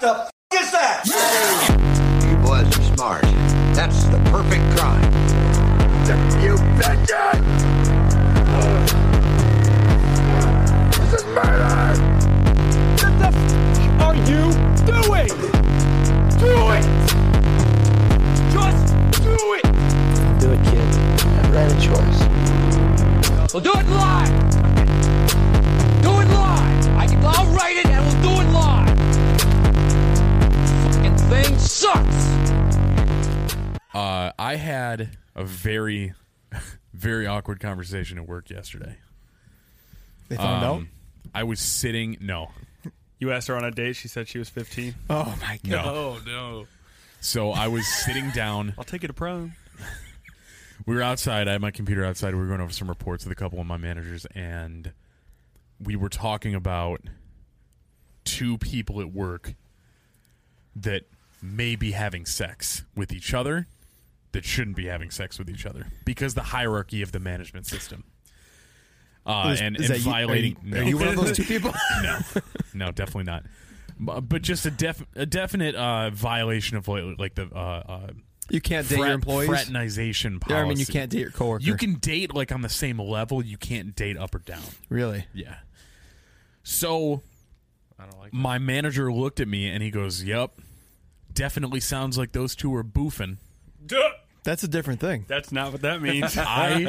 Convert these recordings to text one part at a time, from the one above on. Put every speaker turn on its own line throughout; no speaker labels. the f- is that?
You boys are smart. That's the perfect crime. You bitches! This is murder!
What the f- are you doing? Do it! Just do it!
do it, kid. Never had a choice.
We'll do it live! Do it live! I can, I'll write it and we'll do it live! Fucking thing sucks!
Uh, I had a very, very awkward conversation at work yesterday. Um,
They found out.
I was sitting. No,
You asked her on a date. She said she was 15.
Oh my
no.
god!
Oh, no.
So I was sitting down.
I'll take you to prom.
We were outside. I had my computer outside. We were going over some reports with a couple of my managers, and we were talking about two people at work that may be having sex with each other that shouldn't be having sex with each other because the hierarchy of the management system. Uh,
Is-
and
is
and
that you- are
violating.
you-
no.
Are you one of those two people?
no, no, definitely not. Bu- But just a, def- a definite uh, violation of like like the uh, uh,
You can't date your
frat-
employees.
fraternization policy.
Yeah, I mean, you can't date your coworker.
You can date like on the same level. You can't date up or down.
really.
Yeah. So, my manager looked at me and he goes, "Yep, definitely sounds like those two are boofing."
That's a different thing.
That's not what that means.
I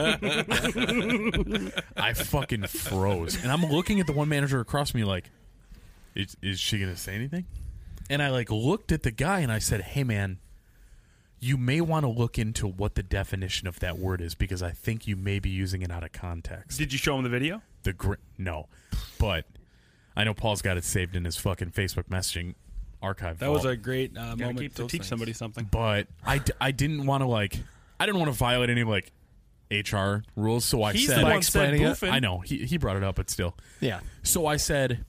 I fucking froze. And I'm looking at the one manager across me like, is, is she going to say anything? And I like looked at the guy and I said, hey man, you may want to look into what the definition of that word is because I think you may be using it out of context.
Did you show him the video?
the gr- No. But I know Paul's got it saved in his fucking Facebook messaging archive.
That was
vault.
a great uh,
Gotta
moment
keep- to
those
teach
things.
somebody something.
But I, d- I didn't want to like, I didn't want to violate any like HR rules. So I
He's
said,
the
By
one said
explaining it?
boofing.
I know he he brought it up, but still.
Yeah.
So I said,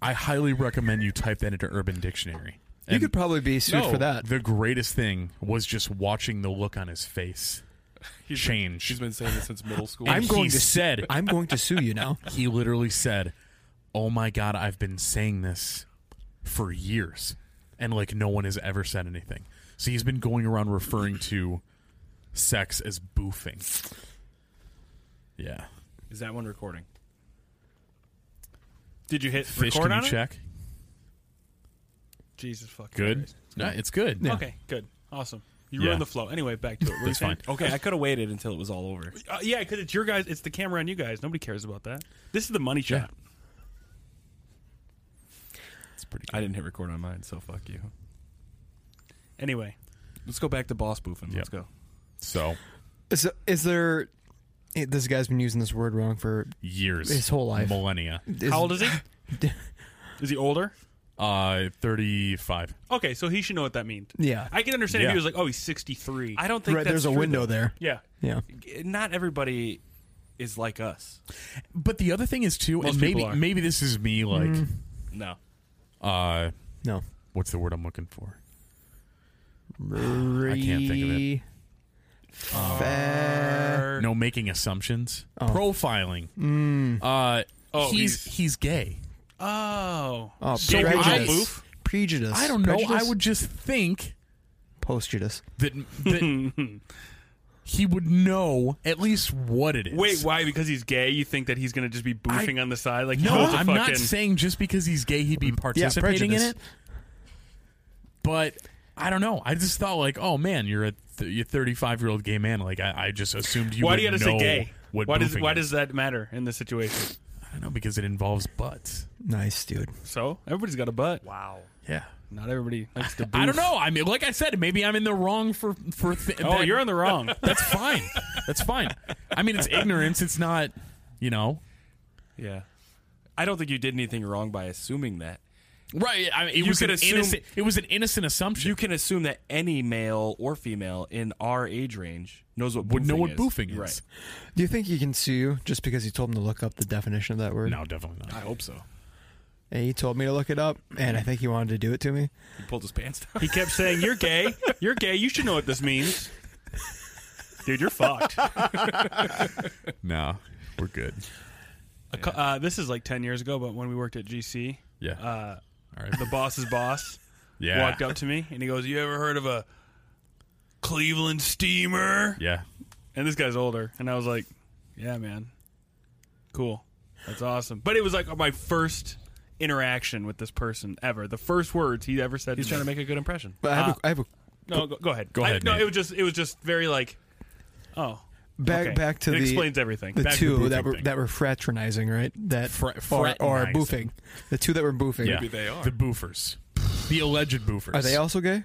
I highly recommend you type that into Urban Dictionary.
you could probably be sued
No,
for that.
The greatest thing was just watching the look on his face change.
She's been saying this since middle school.
I'm
I'm going
he
to
said,
I'm going to sue you now.
he literally said, "Oh my god, I've been saying this for years, and like no one has ever said anything." So he's been going around referring to sex as boofing. Yeah,
Is that one recording?
Did you hit
fish.
record
can
on
you
it?
check?
Jesus fucking
Good.
Christ.
No, it's good.
Okay, good. Awesome. You
Yeah.
ruined the flow. Anyway, back to it. What were you
That's
saying?
fine.
Okay, I could have waited until it was all over.
Uh, yeah, because it's your guys. It's the camera on you guys. Nobody cares about that. This is the money shot.
It's pretty
I didn't hit record on mine, so fuck you.
Anyway,
Let's go back to boss boofing. Let's
Yep.
go.
So
Is, is there? eh, This guy's been using this word wrong for.
years,
His whole life.
millennia.
Is,
how old is he? Is he older?
Uh, thirty-five.
Okay, so he should know what that means.
Yeah.
I can understand if
Yeah.
he was like, "Oh, he's 63."
I don't think
Right,
that's
there's a
true,
window
though.
there.
yeah,
Yeah.
Not everybody is like us.
But the other thing is too,
Most
and
people
maybe
are.
maybe this is me like,
Mm.
No.
uh,
No.
what's the word I'm looking for?
I
can't think of it.
Fa-
No, making assumptions, profiling. Uh,
Oh,
Oh. he's
he's-
he's gay.
Oh,
oh,
Gay people
I-
prejudice. Prejudice.
I don't know. I
Prejudice?
would just think
Postjudice.
that that he would know at least what it is.
wait, why? Because he's gay, you think that he's gonna just be boofing on the side? Like,
No,
he was a
I'm
fucking,
not saying just because he's gay he'd be participating in
prejudice.
it. But I don't know. I just thought like, oh man, you're a th- you're 35 year old gay man. Like I, I just assumed you.
Why
would
do you gotta say
know
gay?
What
Why does
boofing
why
is.
does that matter in this situation?
I don't know because it involves butts.
Nice, dude.
So everybody's got a butt.
Wow.
Yeah.
Not everybody likes to. Boof.
I don't know. I mean, like I said, maybe I'm in the wrong for for. Th-
Oh, you're in the wrong.
That's fine. That's fine. I mean, it's ignorance. It's not, you know,
Yeah. I don't think you did anything wrong by assuming that.
right. I mean, it
You
was
could
an
assume-
innocent. It was an innocent assumption.
You can assume that any male or female in our age range knows what
would
boofing
know what
is.
boofing is.
Right.
Do you think you can sue you just because you told him to look up the definition of that word?
No, definitely
I
not.
hope so.
And he told me to look it up, and I think he wanted to do it to me.
He pulled his pants down.
He kept saying, "You're gay. You're gay. You should know what this means." Dude, you're fucked.
No, we're good.
A cou- Uh, this is like ten years ago, but when we worked at GC,
Yeah.
uh,
All right.
the boss's boss,
Yeah.
walked up to me and he goes, "You ever heard of a Cleveland steamer?"
Yeah.
And this guy's older, and I was like, "Yeah, man, cool, that's awesome." But it was like my first interaction with this person ever. The first words he ever said.
He's
to
trying
me.
to make a good impression.
But I have,
Uh,
a, I have a
No, go, go ahead.
Go
I-
ahead,
no,
Nate.
it was just it was just very like, oh,
back
okay.
back to
it
the
explains everything.
the
Back to
two
the
that
boofing
were
thing.
that were fraternizing, right? That
Fra-
or, or
fraternizing.
boofing, the two that were boofing.
Yeah.
they are.
The boofers. The alleged boofers.
Are they also gay?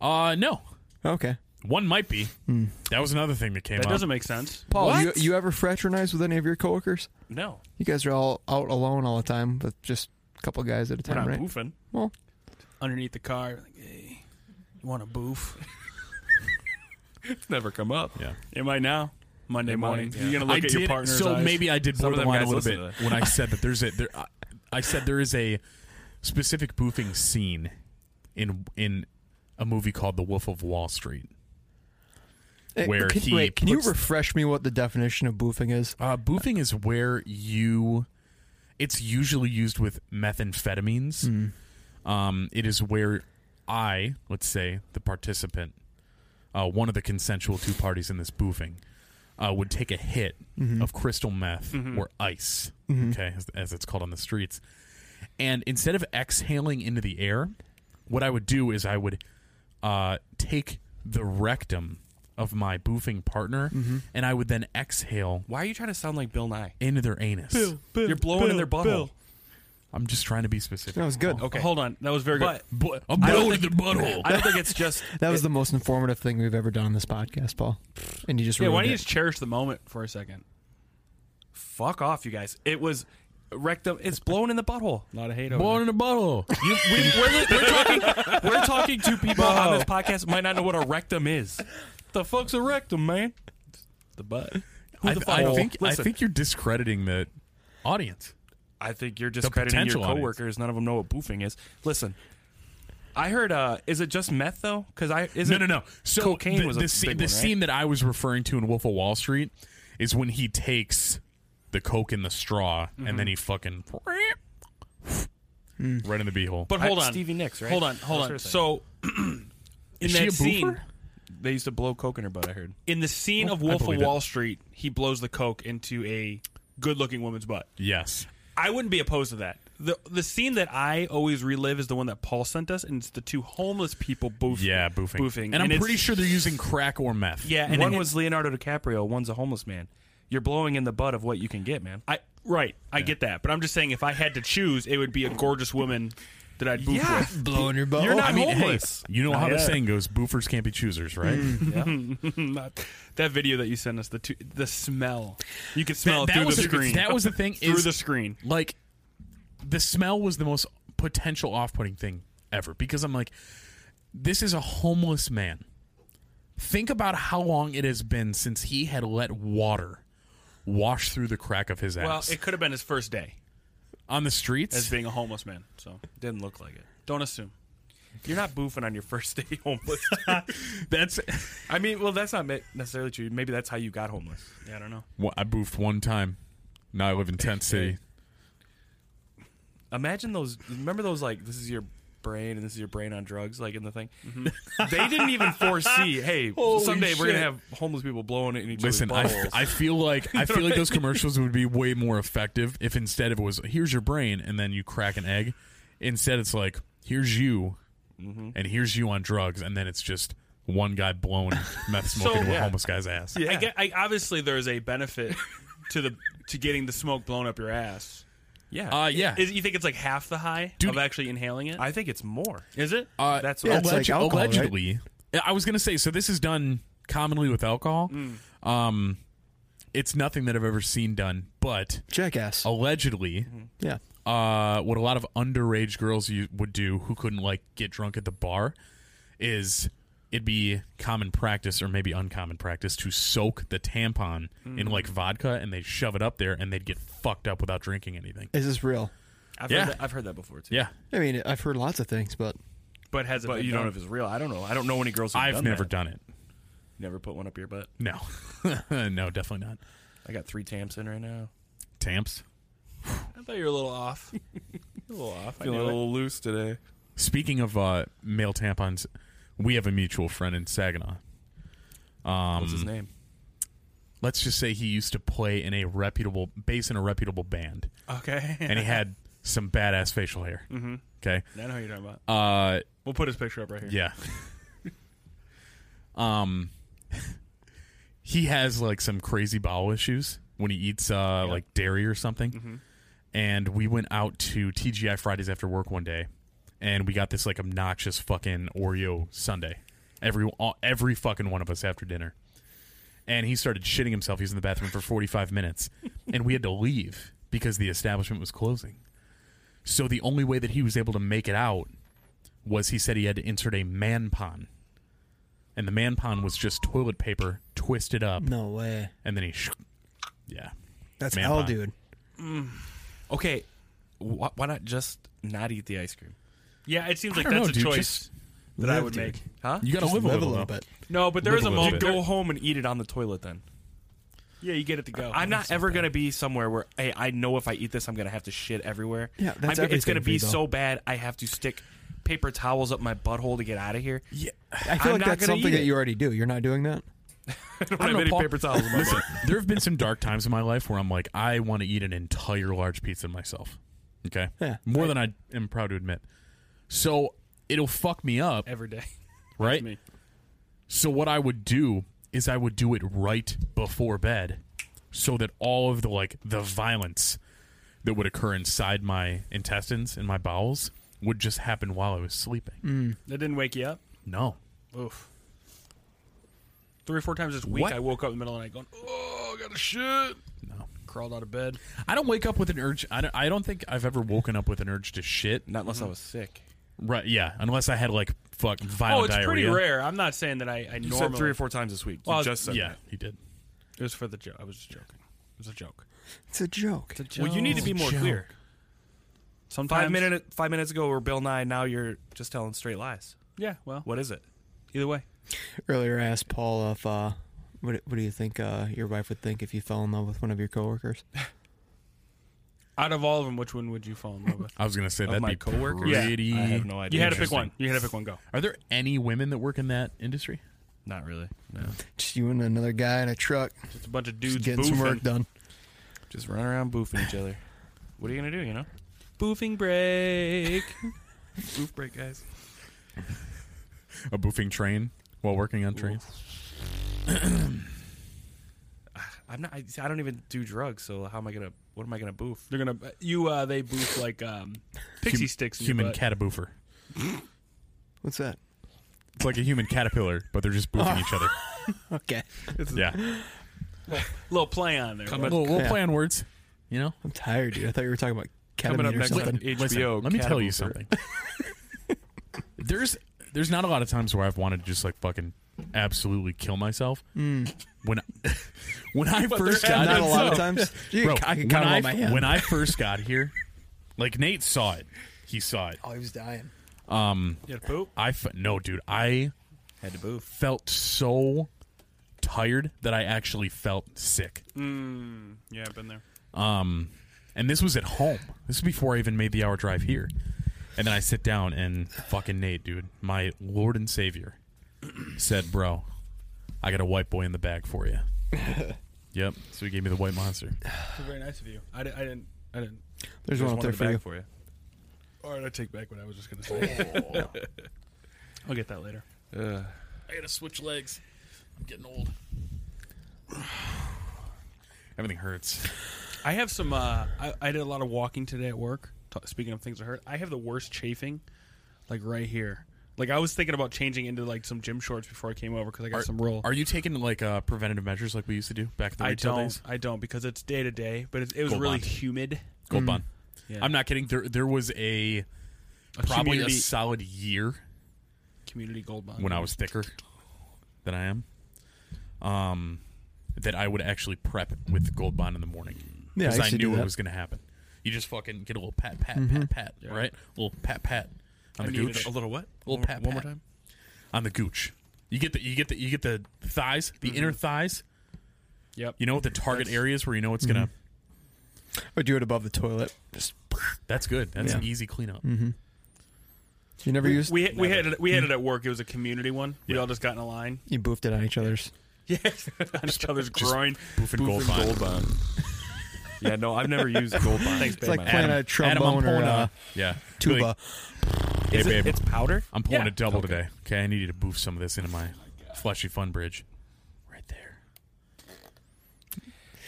Uh, no.
Okay,
One might be.
Hmm.
That was another thing that came
that
up.
doesn't make sense.
Paul, you
What?
you ever fraternize with any of your coworkers?
No,
You guys are all out alone all the time, but just a couple guys at a
We're
time,
not
right?
boofing.
Well,
Underneath the car, like, hey, you want a boof?
it's never come up.
yeah.
It might now. Monday
It might,
morning,
yeah.
you're gonna look
I
at
did,
your partner's
so
eyes.
maybe I did blur
Some of
the
them
line a
guys
little
listen
bit
to that.
when I said that there's a there. I, I said there is a specific boofing scene in in a movie called The Wolf of Wall Street.
eh,
Where
can,
he
wait, can you
puts-
refresh me what the definition of boofing is?
Uh, boofing is where you. It's usually used with methamphetamines. Um, it is where I, let's say, the participant, uh, one of the consensual two parties in this boofing, uh, would take a hit of crystal meth or ice, okay, as, as it's called on the streets. And instead of exhaling into the air, what I would do is I would uh, take the rectum of my boofing partner and I would then exhale
Why are you trying to sound like Bill Nye?
into their anus.
You're blowing in their butthole.
I'm just trying to be specific.
That was good.
Okay, hold on. That was very good.
But
But
I'm
I don't
blowing in the
think-
butthole.
I don't think it's just.
That was the most informative thing we've ever done on this podcast, Paul. And you just
Yeah, why
ruined
don't you
it.
just cherish the moment for a second?
Fuck off, you guys. It was rectum. It's blown in the butthole.
A lot of hate. Over
blowing in the butthole. You,
We, we're, we're talking. We're talking to people on this podcast might not know what a rectum is. The fuck's a rectum, man?
the butt.
I,
the fuck-
I
Oh,
think I
listen.
think you're discrediting the audience.
I think you're discrediting your
potential audience.
coworkers. None of them know what boofing is. Listen, I heard. uh Is it just meth though? Because I is
No,
it
no, no. So
cocaine
the,
was a
the,
big
scene,
one,
the
right?
scene that I was referring to in Wolf of Wall Street is when he takes the coke in the straw and
Mm-hmm.
then he fucking
Mm.
right in the beehole.
But hold
I-
on,
Stevie Nicks, right?
Hold on, hold
That's her
on. So,
thing.
in
Is
that
she a
scene,
boofer?
They used to blow coke in her butt. Oh, I heard.
in the scene of
I
Wolf of
believe it.
Wall Street, he blows the coke into a good-looking woman's butt.
yes,
I wouldn't be opposed to that. the The scene that I always relive is the one that Paul sent us, and it's the two homeless people boofing.
yeah, boofing.
boofing,
and, I'm
it's-
pretty sure they're using crack or meth.
Yeah, and
one
it-
was Leonardo DiCaprio. One's a homeless man. You're blowing in the butt of what you can get, man.
I right. I get that, but I'm just saying, if I had to choose, it would be a gorgeous woman that I'd boof
Yeah.
with.
blowing your butt.
You're not
Oh, I mean, hey,
homeless.
you know how the
Yeah.
saying goes: "Boofers can't be choosers," right?
Mm.
Not- that video that you sent us, the two, the smell. You could smell it through
was
the
the-
screen.
that was the thing
through
is-
the screen.
like the smell was the most potential off-putting thing ever because I'm like this is a homeless man. Think about how long it has been since he had let water wash through the crack of his
Well,
ass
it could have been his first day
on the
as
streets.
being a homeless man. So
Didn't look like it.
don't assume.
You're not boofing on your first day homeless.
That's
I mean, well, that's not me- necessarily true. Maybe that's how you got homeless.
Yeah, I don't know.
well, I boofed one time. Now I live in Tent City.
Imagine those. Remember those like this is your brain and this is your brain on drugs, like in the thing.
Mm-hmm.
they didn't even foresee. Hey,
Holy
someday we're gonna
shit.
have homeless people blowing it in each
Listen, I,
other's
f-
buttholes.
I feel like I feel like those commercials would be way more effective if instead of it was here's your brain and then you crack an egg, instead it's like here's you, and here's you on drugs, and then it's just one guy blowing meth smoke
So-
into a
Yeah.
homeless guy's ass.
I get. I, obviously, there's a benefit to the to getting the smoke blown up your ass.
yeah,
Uh, yeah.
Is, you think it's like half the high
Dude.
of actually inhaling it?
I think it's more.
Is it?
Uh,
That's
alleg-
that's
like alcohol, right?
allegedly. I was gonna say so. This is done commonly with alcohol. Um, it's nothing that I've ever seen done, but
Oh.
Jackass.
allegedly.
Yeah.
uh, what a lot of underage girls you would do who couldn't like get drunk at the bar is it'd be common practice or maybe uncommon practice to soak the tampon in like vodka and they shove it up there and they'd get fucked up without drinking anything.
Is this real?
I've,
Yeah.
heard that, I've heard that before too.
Yeah,
I mean, I've heard lots of things, but
but has it?
but
been
you don't know
done?
if it's real. I don't know. I don't know any girls. Who've
I've
done
never
that.
done it.
Never put one up your butt.
No, no, definitely not.
I got three tamps in right now.
Tamps.
I thought you were a little off. a little off. I
Feeling a
knew it.
little loose today.
Speaking of uh, male tampons, we have a mutual friend in Saginaw.
What's
Mm.
his name?
Let's just say he used to play in a reputable bass in a reputable band,
Okay.
and he had some badass facial hair. Mm-hmm. Okay,
I know who you're talking about.
uh,
We'll put his picture up right here.
yeah. um, he has like some crazy bowel issues when he eats uh like dairy or something. And we went out to TGI Fridays after work one day, and we got this like obnoxious fucking Oreo Sunday. Every all, every fucking one of us after dinner. And he started shitting himself. He was in the bathroom for 45 minutes. And we had to leave because the establishment was closing. So the only way that he was able to make it out was he said he had to insert a man pon. And the man pon was just toilet paper twisted up,
No way.
and then he, sh- yeah,
That's
Man
hell,
pie.
dude.
Okay, wh- why not just not eat the ice cream?
Yeah, it seems
I
like
don't
that's
know,
a
dude,
choice
just-
that I
live,
would
dude.
make.
Huh?
you got to
Just
live,
live
a little
bit.
No, but there
Live
is
a
a
little
moment.
bit.
Go home and eat it on the toilet then.
Yeah, you get it to go.
I'm not ever gonna be somewhere where hey, I know if I eat this, I'm gonna have to shit everywhere.
Yeah, that's
I'm- it's
everything
gonna
for you,
be
though.
so bad. I have to stick paper towels up my butthole to get out of here.
Yeah,
I feel
I'm
like
not
that's
gonna
something
eat
that
it.
you already do. You're not doing that.
I don't have any paper towels. In my
Listen, there have been some dark times in my life where I'm like, I want to eat an entire large pizza myself. Okay,
Yeah.
more than I am proud to admit. So it'll fuck me up,
every day.
right?
me.
So what I would do is I would do it right before bed, so that all of the like the violence that would occur inside my intestines and my bowels would just happen while I was sleeping.
Mm.
That didn't wake you up.
No,
Oof. Three or four times this week,
What?
I woke up in the middle of the night going, "Oh, I got to shit."
No.
Crawled out of bed.
I don't wake up with an urge. I don't, I don't think I've ever woken up with an urge to shit.
Not unless I was sick.
Right? Yeah, unless I had like fuck violent
Oh, it's
diarrhea.
pretty rare. I'm not saying that I, I
You
normally.
said three or four times this week. You
Well,
just said
Yeah,
that.
he did.
It was for the joke. I was just joking. It was a joke.
It's a joke.
Well, you need to be more clear.
Sometimes
Five minute, five minutes ago, we're Bill Nye. Now you're just telling straight lies.
Yeah. Well,
What is it?
either way.
Earlier, I asked Paul if uh, what what do you think uh, your wife would think if you fell in love with one of your coworkers?
Out of all of them, which one would you fall in love with?
I was gonna say that'd
my
be
coworkers? Yeah.
pretty.
I have no idea.
You had to pick
Interesting.
one. You had to pick one. Go.
Are there any women that work in that industry?
Not really. No.
Just you and another guy in a truck,
Just a bunch of
just
dudes
getting some work
boofing.
done.
Just run around boofing each other. What are you gonna do? You know,
Boofing break.
boof break, guys.
A boofing train while working on trains.
I'm not. I, I don't even do drugs. So how am I gonna? What am I gonna boof?
They're gonna you. uh They boof like um pixie
Hum-
sticks. in your
Human
butt.
cataboofer.
What's that?
It's like a human caterpillar, but they're just boofing each other.
Okay,
Yeah,
Little play on there.
Come
bro.
on.
we'll, we'll
yeah.
play on words. You know.
I'm tired, dude. I thought you were talking about
Coming up
ketamine or
next on
something.
HBO.
Listen, let me tell you
Cataboofer.
something. there's there's not a lot of times where I've wanted to just like fucking absolutely kill myself. When I, when I first got
Not
it-
a lot of times. Dude,
Bro,
I
when,
could count 'em
I,
on my hand.
when I first got here, like Nate saw it. He saw it.
oh, he was dying.
You had to poop.
I f- no, dude. I
Had to boof.
felt so tired that I actually felt sick.
Yeah, I've been there.
And this was at home. This is before I even made the hour drive here. And then I sit down and fucking Nate, dude, my Lord and Savior, said, Bro, I got a white boy in the bag for you. yep. So he gave me the white monster.
It's very nice of you. I, di- I didn't. I didn't.
There's one up there for you.
for you.
All right, I take back what I was just gonna say. I'll get that later.
I gotta switch legs. I'm getting old. Everything hurts.
I have some. Uh, I, I did a lot of walking today at work. T- speaking of things that hurt, I have the worst chafing, like right here. Like I was thinking about changing into like some gym shorts before I came over because I got some real.
Are you taking like uh, preventative measures like we used to do back in the
I
retail
don't.
days?
I don't because it's day to day, but it, it was
Gold
really
bond.
humid.
Gold bond.
Mm. Yeah.
I'm not kidding. There, there was a probably a
community-
solid year
Community gold bond.
when I was thicker than I am, um, that I would actually prep with the gold bond in the morning.
Yeah,
because
I used
I,
to do
knew it
that. Mm-hmm.
was going to happen. You just fucking get a little pat, pat, pat, pat, right? A little pat, pat on
I
the
needed
gooch.
A little what?
little
One-
pat,
One more
pat.
time.
on the gooch. You get the you get the you get the
Mm-hmm.
thighs, the inner thighs.
Yep.
Mm-hmm.
You know the target areas where you know it's gonna.
Or Oh, do it above the toilet. Just
That's good. That's an
Yeah. Mm-hmm.
easy cleanup.
you never used.
We we had it, we had it at work. It was a community one. We all just got in a line
you boofed it on each other's.
on each other's groin.
Boofing gold
Gold,
mine.
bond. yeah, no, I've never used gold bond.
Thanks,
It's like
babe.
playing a trombone or a
yeah.
tuba.
Like, hey,
Is it-
babe.
it's powder.
I'm pouring
Yeah.
a double today. Okay, I need you to boof some of this into my fleshy fun bridge. Right there.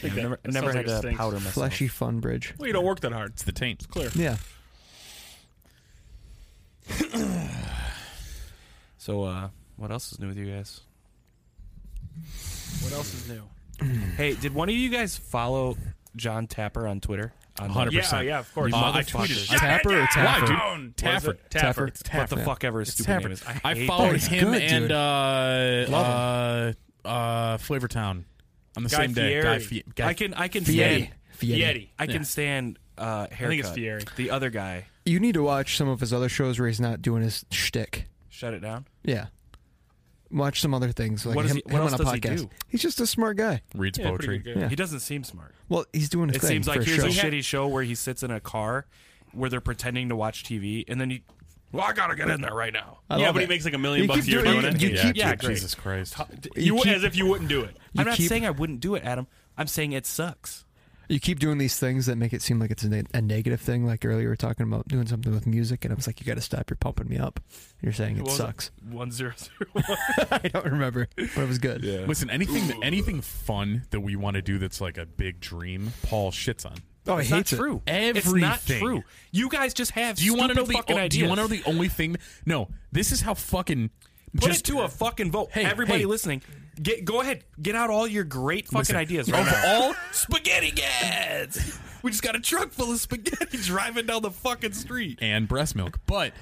I've never,
That
never
sounds
had
like it
to
stinks.
powder myself.
Fleshy fun bridge.
Well, you don't work that hard.
It's the taint. It's clear.
Yeah.
So, uh, what else is new with you guys?
What else is new?
Hey, did one of you guys follow John Tapper on Twitter? On
100%.
Yeah, yeah, of course.
You
Uh, I
motherfuckers.
tweeted
Shut
Tapper or Tapper? Why, dude?
What is
Tapper.
it? Tapper.
It's
What the
Tapper.
fuck ever his
It's
stupid
Tapper.
name is.
I
hate
followed
that.
him
good,
and
dude.
uh, uh, uh, Flavortown on the
Guy
same day.
Fieri.
Guy Fie- Guy
I can I can
Fieri.
stand
Fieri.
Yeti.
I can stand uh haircut.
think it's Fieri.
The other guy.
You need to watch some of his other shows where he's not doing his shtick.
Shut it down.
Yeah. Watch some other things like
What is
him,
he- what
him
else
on a
does he
podcast.
do?
He's just a smart guy.
reads
Yeah, pretty
poetry.
good.
Yeah.
He doesn't seem smart.
Well, he's doing his
It
thing
seems like
for
here's
sure.
a shitty show where he sits in a car where they're pretending to watch TV and then he Well, I gotta get in there right now.
I
yeah,
love
but he
it.
makes like a million
You
bucks a
keep
year
doing
doing
it.
it.
You
yeah,
keep-
dude,
yeah, great.
Jesus Christ.
You,
keep-
as if you wouldn't do it.
I'm not
keep-
saying I wouldn't do it, Adam. I'm saying it sucks.
You keep doing these things that make it seem like it's a, ne- a negative thing. Like earlier, we were talking about doing something with music, and I was like, "You got to stop! You're pumping me up." You're saying it
was it?
sucks.
One zero zero.
I don't remember, but it was good.
Listen, anything anything fun that we want to do that's like a big dream, Paul shits on.
Oh, I
It's
hate
not true. It's not
Everything.
true. You guys just have.
Do you want
want
to know the?
fucking
o-
ideas?
do you want to know the only thing? No, this is how fucking.
Put
just
it to a fucking vote.
Hey,
Everybody
hey.
listening, get go ahead, get out all your great fucking
Listen,
ideas. Right now. all spaghetti gets. We just got a truck full of spaghetti driving down the fucking street.
and breast milk, but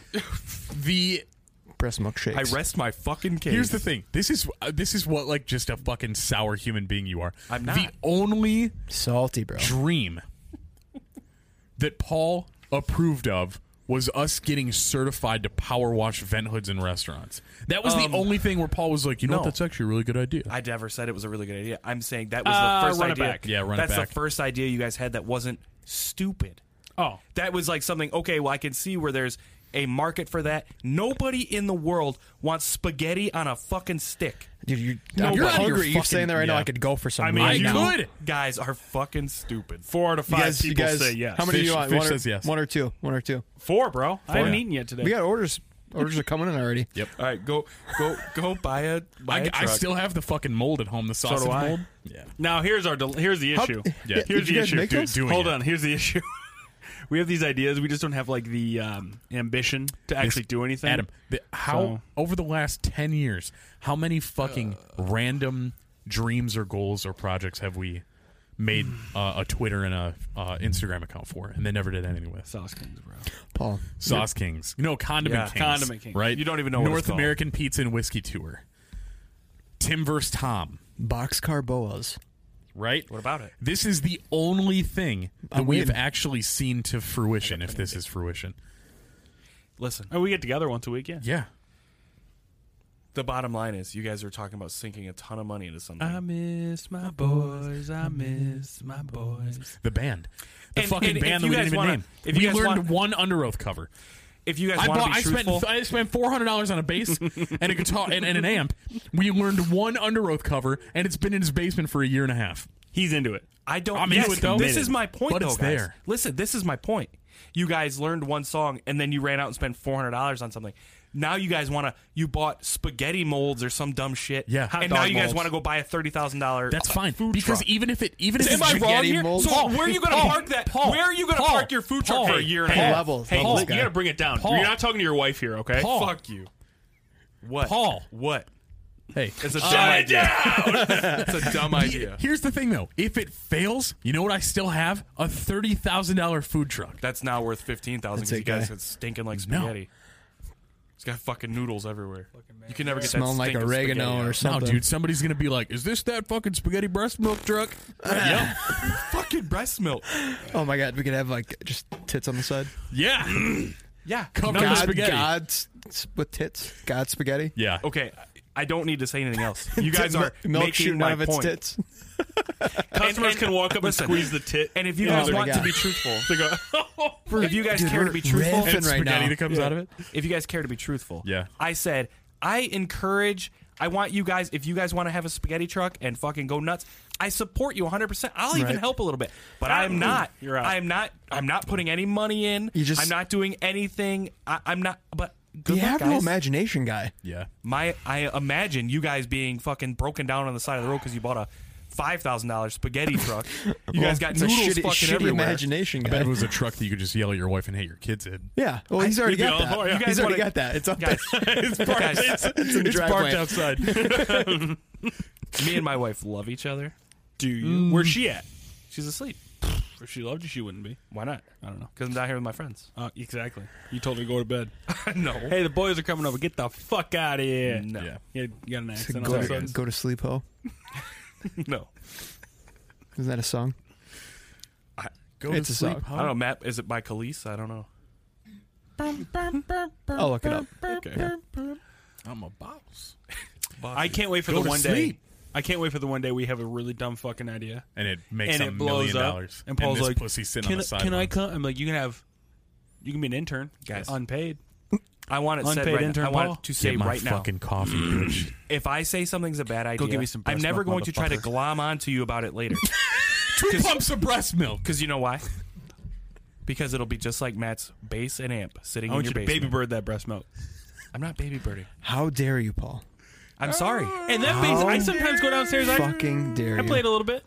the
breast milk shakes.
I rest my fucking case.
here's the thing. This is uh, this is what like just a fucking sour human being you are.
I'm not.
the only
salty, bro.
dream that Paul approved of was us getting certified to power wash vent hoods in restaurants. That was
Um,
the only thing where Paul was like, you know what,
no.
that's actually a really good idea.
I never said it was a really good idea. I'm saying that was
Uh,
the first
run it
idea.
back.
Yeah, run it
That's
back.
the first idea you guys had that wasn't stupid.
Oh,
That was like something, okay, well, I can see where there's a market for that. Nobody in the world wants spaghetti on a fucking stick.
Dude, you're,
No,
I'm
you're out of your
hungry. You're
fucking-
saying that right now.
yeah.
I could go for some.
I mean,
I
right
you
now.
know-
could.
Guys are fucking stupid.
four out of
You
five
guys, you
people
guys-
say yes.
How many do
Fish-
you want?
Fish
one, or,
says yes.
one or two. One or two.
Four, bro. I haven't
Yeah.
eaten yet today.
We got orders. Orders are coming in already.
Yep.
All right, go go go buy a buy
I,
a
I
truck.
still have the fucking mold at home, the sausage
do I.
mold. Yeah.
Now here's our del- here's the issue.
Yeah. Did
Here's
you
the
guys
issue.
make
Dude,
those?
Doing
Hold
it.
on. Here's the issue. we have these ideas. We just don't have like the um, ambition to actually do anything.
Adam, the, how
So-
over the last 10 years, how many fucking random dreams or goals or projects have we made uh, a Twitter and a uh, Instagram account for and they never did anything with?
sauce kings, bro.
Paul.
Sauce Kings. No, Condiment
Yeah,
Kings.
Condiment Kings.
Right?
You don't even know what
North
it's called.
American Pizza and Whiskey Tour. Tim versus Tom.
Boxcar boas.
Right?
What about it?
This is the only thing
I
that we've
win.
actually seen to fruition, if this is fruition.
Listen,
Oh, we get together once a week. Yeah.
Yeah.
the bottom line is you guys are talking about sinking a ton of money into something.
miss my boys. I miss my boys.
The band. The
And-
fucking
and if
band that
you
we
guys
didn't even
wanna-
name.
if
we
you guys
learned one
want-
Under Oath cover.
if you guys
I,
want
bought,
to be
I spent
truthful,
I spent four hundred dollars on a bass and a guitar and, and an amp. We learned one Under Oath cover, and it's been in his basement for a year and a half.
He's into it.
I don't.
I'm
yes,
into it, though.
This is my point,
But
though,
it's
guys.
there.
Listen, this is my point. You guys learned one song, and then you ran out and spent four hundred dollars on something. Now you guys want to. You bought spaghetti molds or some dumb shit.
Yeah. Hot
and
dog
now you guys
molds.
want to go buy a thirty thousand dollar.
That's fine because
truck.
even if it even if
Am
it's
I wrong
spaghetti
here?
mold-
So
Paul,
where are you going to
Paul,
park that?
Paul,
where are you going to
Paul,
park your food truck
Paul,
for a year and a
hey,
half?
levels,
Hey,
levels,
look, you
guy.
gotta bring it down.
Paul.
You're not talking to your wife here, okay?
Paul.
Fuck you. What?
Paul.
What?
Hey,
It's a dumb idea. it's a dumb idea.
Here's the thing, though. If it fails, you know what? I still have a thirty thousand dollar food truck.
That's now worth fifteen thousand
That's
because
it,
you guys
guy.
are stinking like spaghetti. It's got fucking noodles everywhere. You can never get
Smelling
that
like
stink of spaghetti
oregano
out.
or
No,
something.
dude. Somebody's gonna be like, "Is this that fucking spaghetti breast milk truck?" yeah,
fucking breast milk.
Oh my god, we could have like just tits on the side.
yeah,
Yeah,
Covered
no,
in
God.
spaghetti.
God's with tits. God spaghetti.
yeah.
Okay, I don't need to say anything else. You guys are
milk
making
shooting
my
out of its
point.
tits.
Customers
and-
can walk up
listen.
and squeeze the tit.
And if you
Yeah,
guys
they're
want to
gonna-
be truthful, if you guys
Dude,
care to
we're
be truthful,
riffing right
spaghetti
now.
that comes out of it.
if you guys care to be truthful,
Yeah.
I said I encourage. I want you guys. If you guys want to have a spaghetti truck and fucking go nuts, I support you 100. percent I'll even
Right.
help a little bit, but I'm not.
You're out.
I'm not. I'm not putting any money in.
You just-
I'm not doing anything. I, I'm not. But good
You
luck,
have
guys.
no imagination, guy.
Yeah.
My, I imagine you guys being fucking broken down on the side of the road because you bought a five thousand dollars spaghetti truck. You guys got
it's a
noodles
shitty,
fucking
shitty
everywhere.
imagination,
I bet if it
guy.
was a truck that you could just yell at your wife and hate your kids in.
Yeah. Well, he's already
You'd be
got
all-
that.
you guys
Oh, he's already
Oh, wanna-
got that. It's up
Guys,
it's parked,
Guys.
it's,
in the
it's parked
driveway.
outside.
me and my wife love each other.
Do you? Where's she at?
She's asleep.
If she loved you, she wouldn't be.
Why not?
I don't know.
Because I'm down here with my friends.
Uh, exactly. You told her to go to bed.
no.
Hey, the boys are coming over. Get the fuck out of here.
No.
Yeah.
Yeah, You, got an
there.
accent.
Go
on
to,
that.
go to sleep, ho.
No.
Isn't that a song?
Go
It's
to
a
sleep.
sock.
I don't know, Matt. Is it by Khalees? I don't know.
I'll look it up.
I'm a boss.
I can't wait for
Go
the
to
one
sleep.
day. I can't wait for the one day we have a really dumb fucking idea
And it makes
and
a
it blows
million
up.
dollars.
And Paul's
this
like,
pussy sitting
can,
on the
I- can I
sideline.
come? I'm like, you can have, you can be an intern,
Guys.
unpaid.
I want it said
Unpaid
right
intern
now. I want
Paul?
it to say
Get my
right now.
fucking coffee,
Mm.
bitch.
If I say something's a bad idea,
give me some
I'm
breast
never
milk,
going to try to
motherfucker.
glom onto you about it later.
Two pumps of breast milk.
Because you know why? Because it'll be just like Matt's bass and amp sitting
I
in
want
your
you to
basement.
baby bird that breast milk.
I'm not baby birding.
How dare you, Paul?
I'm sorry.
And that means
Oh.
I sometimes go downstairs. I,
Fucking dare
I
you.
played a little bit,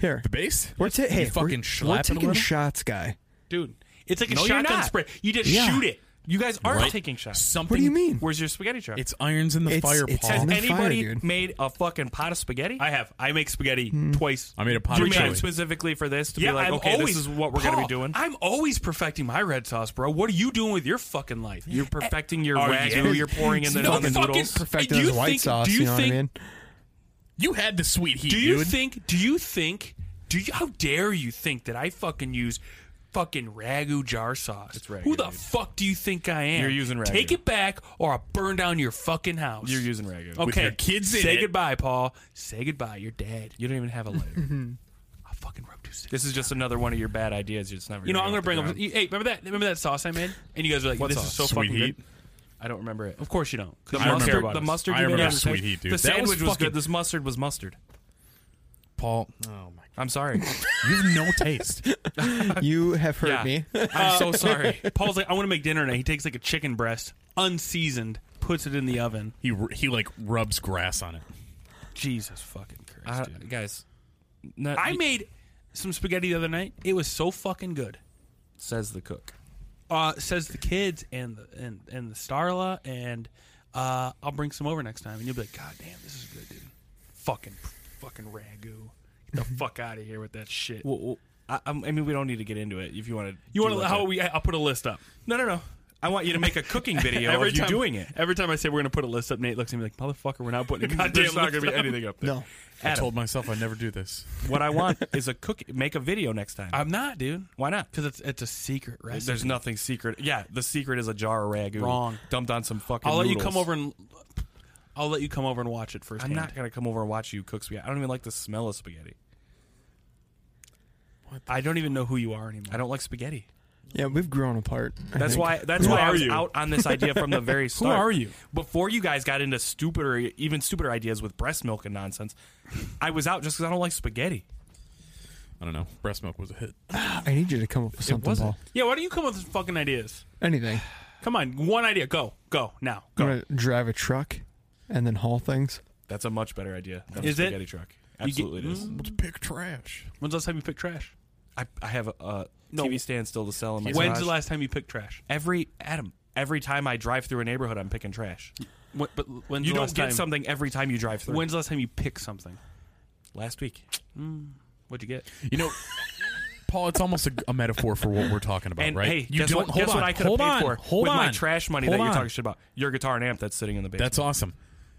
Here.
The base?
We're ta- hey,
fucking
we're, we're
schlapping
taking
with it?
shots, guy.
dude. It's like a
No, you're
shotgun
not.
spray. You just
Yeah.
shoot it.
You guys aren't
Right.
taking shots.
Something.
What do you mean?
Where's your spaghetti truck?
It's irons in the
It's-
fire,
it's
Paul.
in the
Anybody
fire, dude.
made a fucking pot of spaghetti?
I have. I make spaghetti twice.
I made a pot
you
of
made it
chili.
specifically for this to Hmm. be like, okay, this is what we're gonna
Paul,
be doing.
I'm always perfecting my red sauce, bro. What are you doing with your fucking life?
You're perfecting your
Oh,
ragu.
yeah.
You're pouring in the,
No
on the
fucking-
noodles.
Perfecting
Do you
his white
think-
sauce,
do you
you know what I
think-
mean?
You had the sweet heat,
Do you
dude.
think? Do you think? Do you? How dare you think that I fucking use fucking ragu jar sauce? That's
ragu,
Who the
dude.
fuck do you think I am?
You're using ragu.
Take it back, or I'll burn down your fucking house.
You're using ragu.
Okay,
your kids in
Say
it.
goodbye, Paul. Say goodbye. You're dead.
You don't even have a lighter.
I fucking rubbed two sticks.
This is just another one of your bad ideas. It's never.
You know, I'm gonna
gonna get
bring
off
up.
the ground.
you- Hey, remember that? Remember that sauce I made? And you guys are like, "This is so
Sweet
fucking
heat.
good."
I don't remember it.
Of course you don't.
The
I remember
mustard,
about
the
this.
mustard.
I
you made
remember
on the
sweet
side-
heat, dude.
The
That was
sandwich was,
fucking-
good. This mustard was mustard.
Paul? Oh my
I'm sorry.
god, you have no taste.
You have heard
yeah.
me.
Ah, I'm so sorry.
Paul's like, "I want to make dinner tonight." He takes like a chicken breast, unseasoned, puts it in the oven.
he he like rubs grass on it.
Jesus fucking Christ,
Uh,
dude.
guys, no,
I
you-
made some spaghetti the other night. It was so fucking good.
says the cook.
Uh, says the kids and the and, and the Starla and uh, I'll bring some over next time and you'll be like, God damn, this is good, dude. Fucking fucking ragu. Get the fuck out of here with that shit.
Well, well, I, I'm- I mean, we don't need to get into it. If you want to,
you want to how we? I'll put a list up.
No, no, no. I want you to make a cooking video of you doing it.
Every time I say we're gonna put a list up, Nate looks at me like, motherfucker, we're not putting a goddamn
There's
list
not gonna be
up.
anything up there.
No.
I
Adam,
told myself I'd never do this.
what I want is a cook. Make a video next time.
I'm not, dude.
Why not?
Because it's it's a secret recipe.
There's nothing secret. Yeah, the secret is a jar of ragu
Wrong.
dumped on some fucking.
I'll let you
noodles.
come over and I'll let you come over and watch it first.
I'm not gonna come over and watch you cook spaghetti. I don't even like the smell of spaghetti.
I don't even know who you are anymore.
I don't like spaghetti.
Yeah, we've grown apart. I
That's
think.
why. That's
Who
why I
are
was
you?
out on this idea from the very start.
are you?
Before you guys got into stupider, even stupider ideas with breast milk and nonsense, I was out just because I don't like spaghetti.
I don't know. Breast milk was a hit.
I need you to come up with something,
wasn't.
Oh.
Paul.
Yeah, why don't you come up with some fucking ideas?
Anything.
Come on, one idea. Go, go now. Go.
I'm gonna drive a truck and then haul things.
That's a much better idea than
Is
a
it? Mm-hmm.
spaghetti truck. Absolutely, it is.
Let's pick trash.
When's the last time you picked trash?
I, I have a, a TV stand still to sell in my
When's
garage.
the last time you picked trash?
every Adam? Every time I drive through a neighborhood, I'm picking trash.
When, but when's
You
the
don't
last
get
time,
something every time you drive through.
When's the last time you picked something?
last week,
What'd you get?
You know, Paul, it's almost a, a metaphor for what we're talking about,
and
right?
hey,
you
guess,
don't
what,
hold
guess
on.
what I could have
hold
paid
on.
for
hold
with
on.
my trash money
hold
that you're
on.
talking shit about? Your guitar and amp that's sitting in the basement.
That's awesome.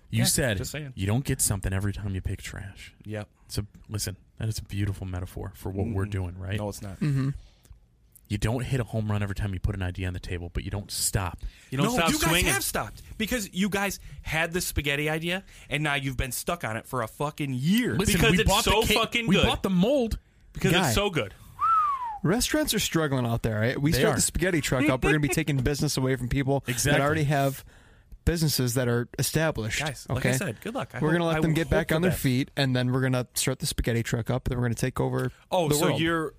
You said
just saying.
you don't get something every time you pick trash.
yep. Mm.
Mm.
It's a listen. That is a beautiful metaphor for what we're doing, right?
No, it's not.
You don't hit a home run every time you put an idea on the table, but you don't stop.
You don't
no,
stop
you guys
swinging.
have stopped because you guys had the spaghetti idea, and now you've been stuck on it for a fucking year.
Listen,
Because
we
it's
bought the
so
cake-
fucking
we
good.
bought the mold.
because
Guy.
it's so good.
Restaurants are struggling out there. Right? We
They
start
are.
the spaghetti truck up. We're going to be taking business away from people that
Exactly.
already have businesses that are established.
Guys,
okay?
like I said, good luck. I
we're
hope-
going to let
I
them get
hope
back
for
on their
that.
feet, and then we're going to start the spaghetti truck up. And then we're going to take over.
Oh,
the
so
world.
you're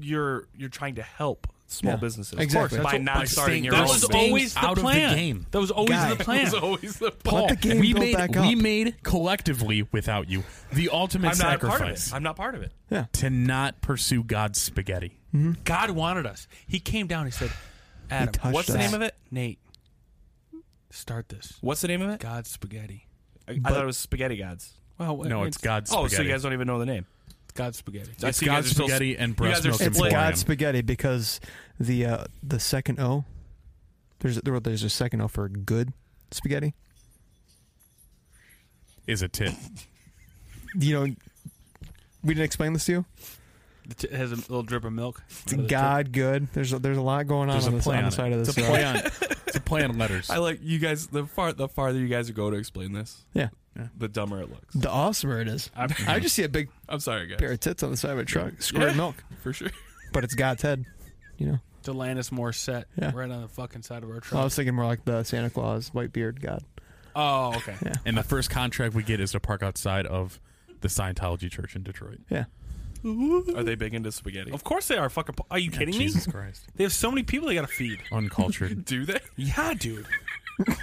you're you're trying to help small
Yeah,
businesses
exactly.
by
That's what-
not
but
starting
staying-
your
that
That
own.
They're all
was
staying
business.
always the
out of the
plan.
game.
That was always
Guy.
the plan.
That was always the
Paul,
the game
we
go
made
back
we
up.
made collectively without you the ultimate
I'm not a part of it.
sacrifice
I'm not part of it.
to not pursue God's spaghetti.
God wanted us. He came down. He said, "Adam,
touched
what's the
us.
name of it? Nate, start this.
What's the name of it?
God's spaghetti.
I, I thought it was Spaghetti Gods.
Well,
No, it's God's
Oh,
spaghetti.
so you guys don't even know the name.
God's spaghetti.
I
It's
see you guys
God's
are still-
spaghetti and breast
you
milk
guys are
and
it's
split.
Emporium.
God spaghetti because the uh, the second O there's a, there, there's a second O for good spaghetti.
is a tit.
You know, we didn't explain this to you.
It has a little drip of milk.
It's God good. There's a, there's a lot going on
There's
on,
a
this,
play
on
on
the
it.
side of this.
It's a
uh,
play on. It's a play on letters.
I like you guys. The far the farther you guys go to explain this,
Yeah,
the dumber it looks.
the awesomer it is. I just see a big
I'm sorry, guys.
pair of tits on the side of a truck, squirting milk,
For sure.
but it's God's head. You know,
Delanis Moore set
Yeah.
right on the fucking side of our
I
truck.
was thinking more like the Santa Claus, white beard God.
Oh, okay.
and the first contract we get is to park outside of the Scientology church in Detroit.
Yeah,
Are they big into spaghetti?
Of course they are. Fucking. po- Are you kidding me?
Jesus Christ.
They have so many people they gotta feed.
Uncultured.
Do they?
Yeah, dude.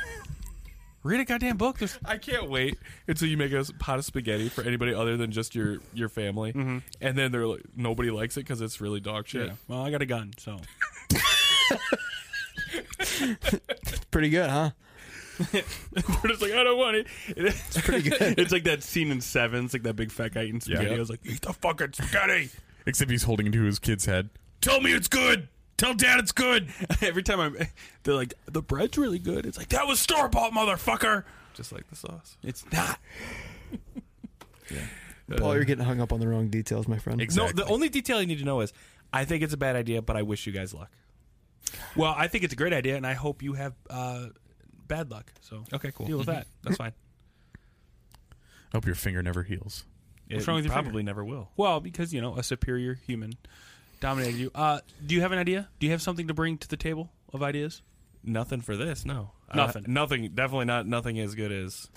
Read a goddamn book. There's
I can't wait until you make a pot of spaghetti for anybody other than just your your family, and then they're like, nobody likes it because it's really dog shit.
Well, I got a gun, so
pretty good, huh?
we're just like, I don't want it.
It's pretty good.
It's like that scene in Seven. It's like that big fat guy eating spaghetti.
Yeah.
I was like, eat the fucking spaghetti.
Except he's holding it to his kid's head. Tell me it's good. Tell dad it's good.
Every time I'm, they're like, the bread's really good. It's like that was store bought, motherfucker.
Just like the sauce.
It's not.
Paul, you're getting hung up on the wrong details, my friend.
Exactly.
No, the only detail you need to know is I think it's a bad idea, but I wish you guys luck.
Well, I think it's a great idea, and I hope you have uh, bad luck. So
Okay, Oh, cool. Mm-hmm.
Deal with that.
That's fine.
Hope your finger never heals.
Mm-hmm.
What's wrong with your
probably
finger?
never will.
Well, because you know a superior human dominated you. Uh, do you have an idea? Do you have something to bring to the table of ideas?
Nothing for this. No. I
Nothing.
don't- nothing. Definitely not. Nothing as good as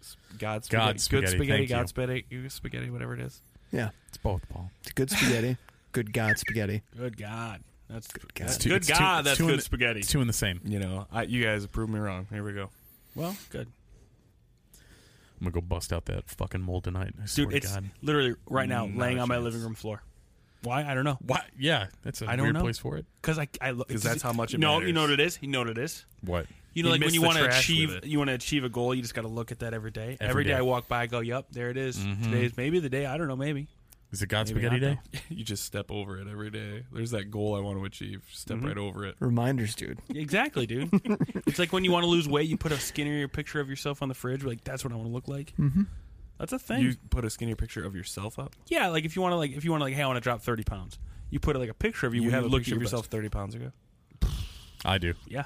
s- God's spaghetti.
God's
good
spaghetti,
spaghetti.
thank you.
God's spaghetti. you Spaghetti. Whatever it is.
Yeah,
It's both, Paul.
it's good spaghetti, good God spaghetti.
Good God, that's good. God.
It's two-
good
it's two-
God,
it's
that's
two in
good
the-
spaghetti.
It's two in the same.
You know, I, you guys proved me wrong. Here we go.
well, good.
I'm gonna go bust out that fucking mold tonight. I swear
Dude,
to
it's
God.
literally right now
Not
laying
a
on my
chance.
living room floor. Why? I don't know.
What? Yeah, that's a
I don't
weird
know.
place for it.
Because I, I look.
'Cause that's how much it
No, you
matters.
know what it is. You know what it is.
What?
You know,
You
like when
miss
you
the
want to
trash
achieve,
with it.
you want to achieve a goal. You just got to look at that every day. Every,
Every
day.
day.
I walk by, I go, "Yep, there it is.
Mm-hmm.
Today's maybe the day. I don't know. Maybe
Is it God's
Maybe
spaghetti day?
not,
You just step over it every day. There's that goal I want to achieve. Step right over it.
Reminders, dude.
exactly, dude. it's like when you want to lose weight, you put a skinnier picture of yourself on the fridge. Like that's what I want to look like. Mm-hmm. That's a thing.
You put a skinnier picture of yourself up.
yeah, like if you want to, like if you want to, like hey, I want to drop thirty pounds. You put like a picture of you.
You,
when
have a
look
picture
at
of
your
yourself
best-
30 pounds ago.
I do.
Yeah,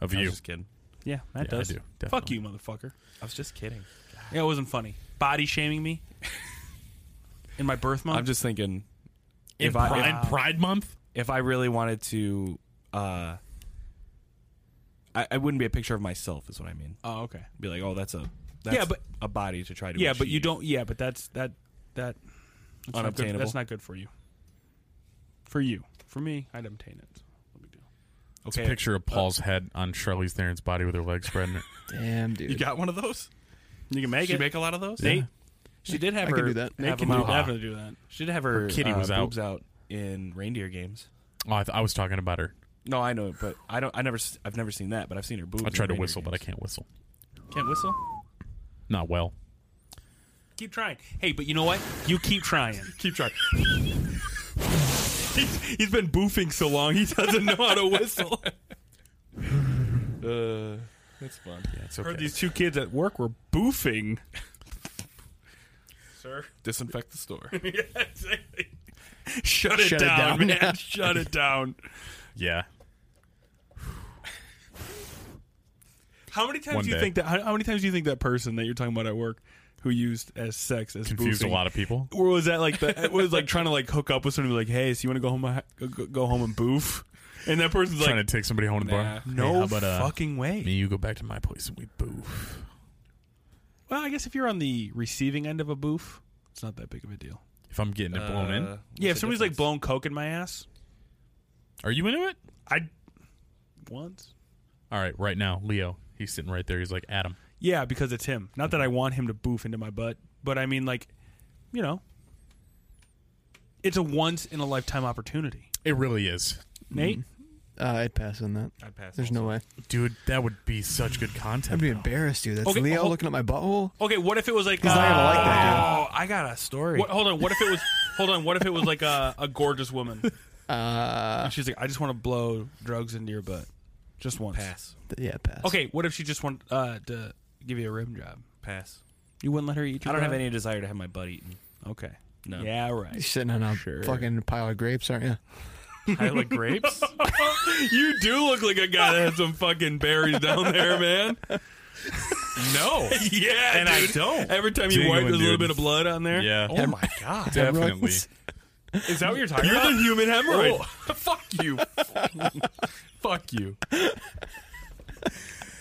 Of
I
you.
was just kidding.
yeah, that
Yeah, I
does.
do,
Fuck
definitely.
you, motherfucker.
I was just kidding.
Yeah, it wasn't funny. Body shaming me in my birth month.
I'm just thinking
In
if I-
Pride,
if-
in Pride Month?
if I really wanted to, uh, I, I wouldn't be a picture of myself. Is what I mean.
oh, okay.
Be like, oh, that's a that's
Yeah, but-
a body to try to
Yeah, but you
achieve.
don't. Yeah, but that's that that that's not good-
Unobtainable.
that's not good for you. For you, for me, I'd obtain it. What we do.
It's a picture of Paul's head on Charlize Theron's body with her legs spreading. it.
Damn, dude.
You got one of those?
You can make
Did you
it.
make a lot of those?
Nate,
She did have
I
her.
can do that.
Nate
have
can
them
do,
out.
definitely do that.
She did have her,
kitty
uh,
was out.
boobs out in reindeer games.
Oh, I, th- I was talking about her.
No, I know, but I don't. I never. s- I've never seen that, but I've seen her boobs.
I
in
tried to
reindeer
whistle, but I
games.
can't whistle.
Can't whistle.
Not well.
Keep trying. Hey, but you know what? You keep trying.
keep trying.
he's, he's been boofing so long, he doesn't know how to whistle.
Uh, that's fun.
Yeah, it's okay.
Heard these two kids at work were boofing.
Disinfect the store.
Yeah, exactly.
Shut it
Shut it
down,
down.
man. Shut it down.
Yeah.
How many times
One
do you
day.
think that? How, how many times do you think that person that you're talking about at work, who used as sex as
Confused
boosting,
a lot of people.
Or was that like the was like trying to like hook up with somebody like, hey, so you want to go home uh, go, go- go home and boof? And that person's
Trying
like,
to take somebody home to the
nah,
bar.
no
Hey, how about, uh,
fucking way.
Me, you go back to my place and we boof.
Well, I guess if you're on the receiving end of a boof, it's not that big of a deal.
If I'm getting it blown
Uh,
in,
Yeah, if
what's the
somebody's like
difference?
blown coke in my ass
are you into it?
I once.
All right, right now, Leo, he's sitting right there. He's like Adam.
Yeah, because it's him. Not that I want him to boof into my butt, but I mean like, you know, it's a once in a lifetime opportunity. Mm-hmm.
It really is,
Nate,
Uh, I'd pass on that.
I'd pass
There's no way.
dude. That would be such good
I'd
content.
be
though.
embarrassed, dude. That's
Okay,
Leo
hold-
looking at my butthole.
Okay, what if it was like
He's not gonna like that,
Oh, I got a story.
What, hold on. What if it was? hold on. What if it was like a, a gorgeous woman?
dude. Uh,
And she's like, I just want to blow drugs into your butt, just once.
Pass.
th- yeah, pass.
Okay. What if she just wanted uh, to give you a rim job?
Pass.
You wouldn't let her eat.
I
Your
don't have
dog?
any desire to have my butt eaten.
Okay.
No.
Yeah.
You're
Right.
sitting on a
Sure.
fucking pile of grapes, aren't you?
I like grapes.
you do look like a guy that has some fucking berries down there, man.
no.
Yeah.
And I
dude.
don't.
Every time you
Dingling,
wipe, there's a little
dude.
bit of blood on there.
Yeah,
Oh my god.
definitely.
Hemorrhoids.
Is that what you're talking
You're
about?
the human hemorrhoid.
Oh, fuck you. fuck you.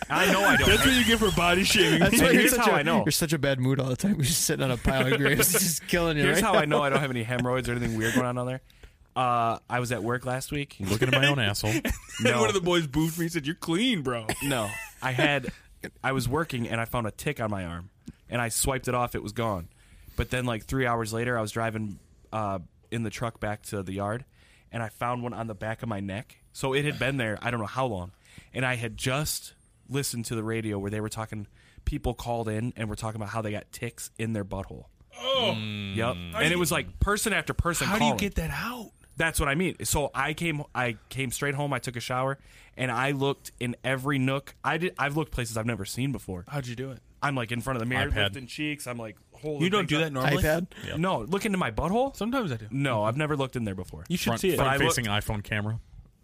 I know I don't.
That's what you get for body shaming.
That's
And
why you're
here's
such
how
a-
I know.
You're such a bad mood all the time. You're just sitting on a pile of grapes, just killing you.
Here's
right?
how I know I don't have any hemorrhoids or anything weird going on on there. Uh, I was at work last week.
Looking at my own asshole.
No,
One of the boys boofed me and said, "You're clean, bro."
no. I had, I was working and I found a tick on my arm, and I swiped it off. It was gone. But then, like three hours later, I was driving uh, in the truck back to the yard, and I found one on the back of my neck. So it had been there. I don't know how long, and I had just listened to the radio where they were talking. People called in and were talking about how they got ticks in their butthole. Oh, yep. And it was like person after person.
Mm. How do you
calling.
get that out?
That's what I mean. So I came, I came straight home. I took a shower, and I looked in every nook. I did. I've looked places I've never seen before.
How'd you do it?
I'm like in front of the mirror,
iPad.
lifting cheeks. I'm like, holding
You don't
things
do that
up.
normally.
iPad.
No, look into my butthole.
Sometimes I do.
No, I've never looked in there before.
You should
Front,
see it.
I looked-
facing iPhone camera.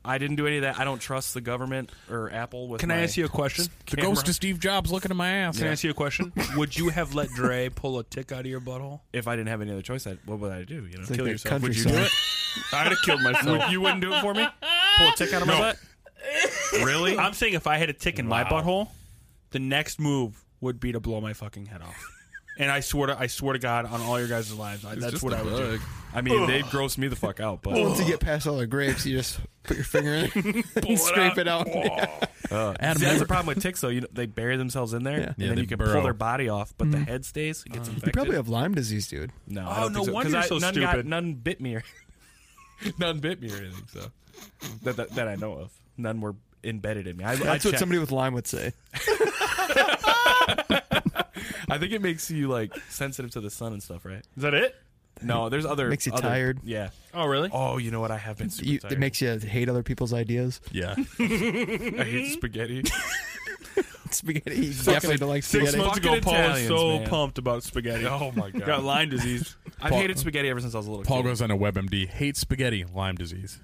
I didn't do any of that. I don't trust the government or Apple. With
Can I ask you a question?
The
Camera.
ghost of Steve Jobs looking at my ass.
Can I ask you a question? Would you have let Dre pull a tick out of your butthole?
If I didn't have any other choice, I, what would I do? You know,
Like
kill
that
yourself.
country
Would you
song.
do it? I'd have killed myself. you wouldn't do it for me. Pull a tick out of my butt.
Really? I'm saying if I had a tick in my butthole, the next move would be to blow my fucking head off. And I swear to I swear to God on all your guys' lives, I, that's what I would do.
I mean, they'd gross me the fuck out. But
Once you get past all the grapes, you just put your finger in and scrape it out.
Adam,
See, that's
never-
the problem with ticks, though. You know, they bury themselves in there, and
Yeah,
then
they
you can pull
burrow.
their body off, but the head stays. It gets infected.
You probably have Lyme disease, dude.
no.
Oh,
I don't
no
think so.
wonder
'Cause
you're
I-
so
none Got,
stupid.
none bit me, or none bit me or anything. So that, that that I know of, none were embedded in me. I,
That's
I
what
checked.
somebody with Lyme would say.
I think it makes you like sensitive to the sun and stuff, right? Is that it? No, there's other
Makes you
other-
tired.
Yeah.
Oh really?
Oh, you know what? I have been super
You,
tired.
it makes you hate other people's ideas.
yeah.
I hate spaghetti.
Spaghetti. You definitely don't like
Six
spaghetti.
months ago,
Fucking
Paul was
Italians,
so
man.
pumped about spaghetti.
oh my god.
Got Lyme disease.
I've hated spaghetti ever since I was a little
Paul
kid.
goes on a WebMD. Hate spaghetti, Lyme disease.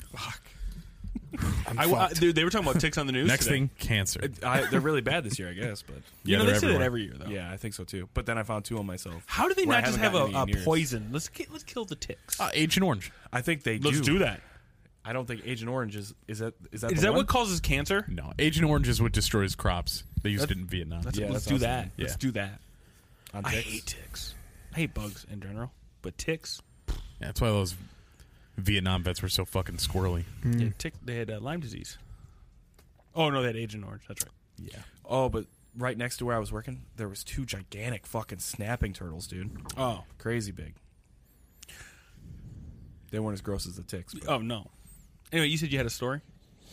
I, I, dude, they were talking about ticks on the news.
Next
today.
thing, cancer.
I, they're really bad this year, I guess, but
you
yeah,
know,
they're
they say that
everywhere.
every year though.
yeah, I think so too. But then I found two on myself.
How do they
Where I
not just have
haven't
a,
gotten
a
any in years.
poison? Let's get, let's kill the ticks.
Uh, Agent Orange.
I think they
let's do that.
I don't think Agent Orange is is that is that
Is
the
that
one?
what causes cancer?
No, Agent Orange is what destroys crops. They used it in Vietnam.
Let's,
Yeah,
let's
that's
do
awesome.
that. Let's
Yeah.
do that.
On
I
ticks?
hate ticks. I hate bugs in general, but ticks.
That's why those Vietnam vets were so fucking squirrely.
Mm.
Yeah, tick. They had uh, Lyme disease. Oh no, they had Agent Orange. That's right.
Oh, but right next to where I was working, there was two gigantic fucking snapping turtles, dude.
Oh,
Crazy big. They weren't as gross as the ticks. But
oh no. Anyway, you said you had a story.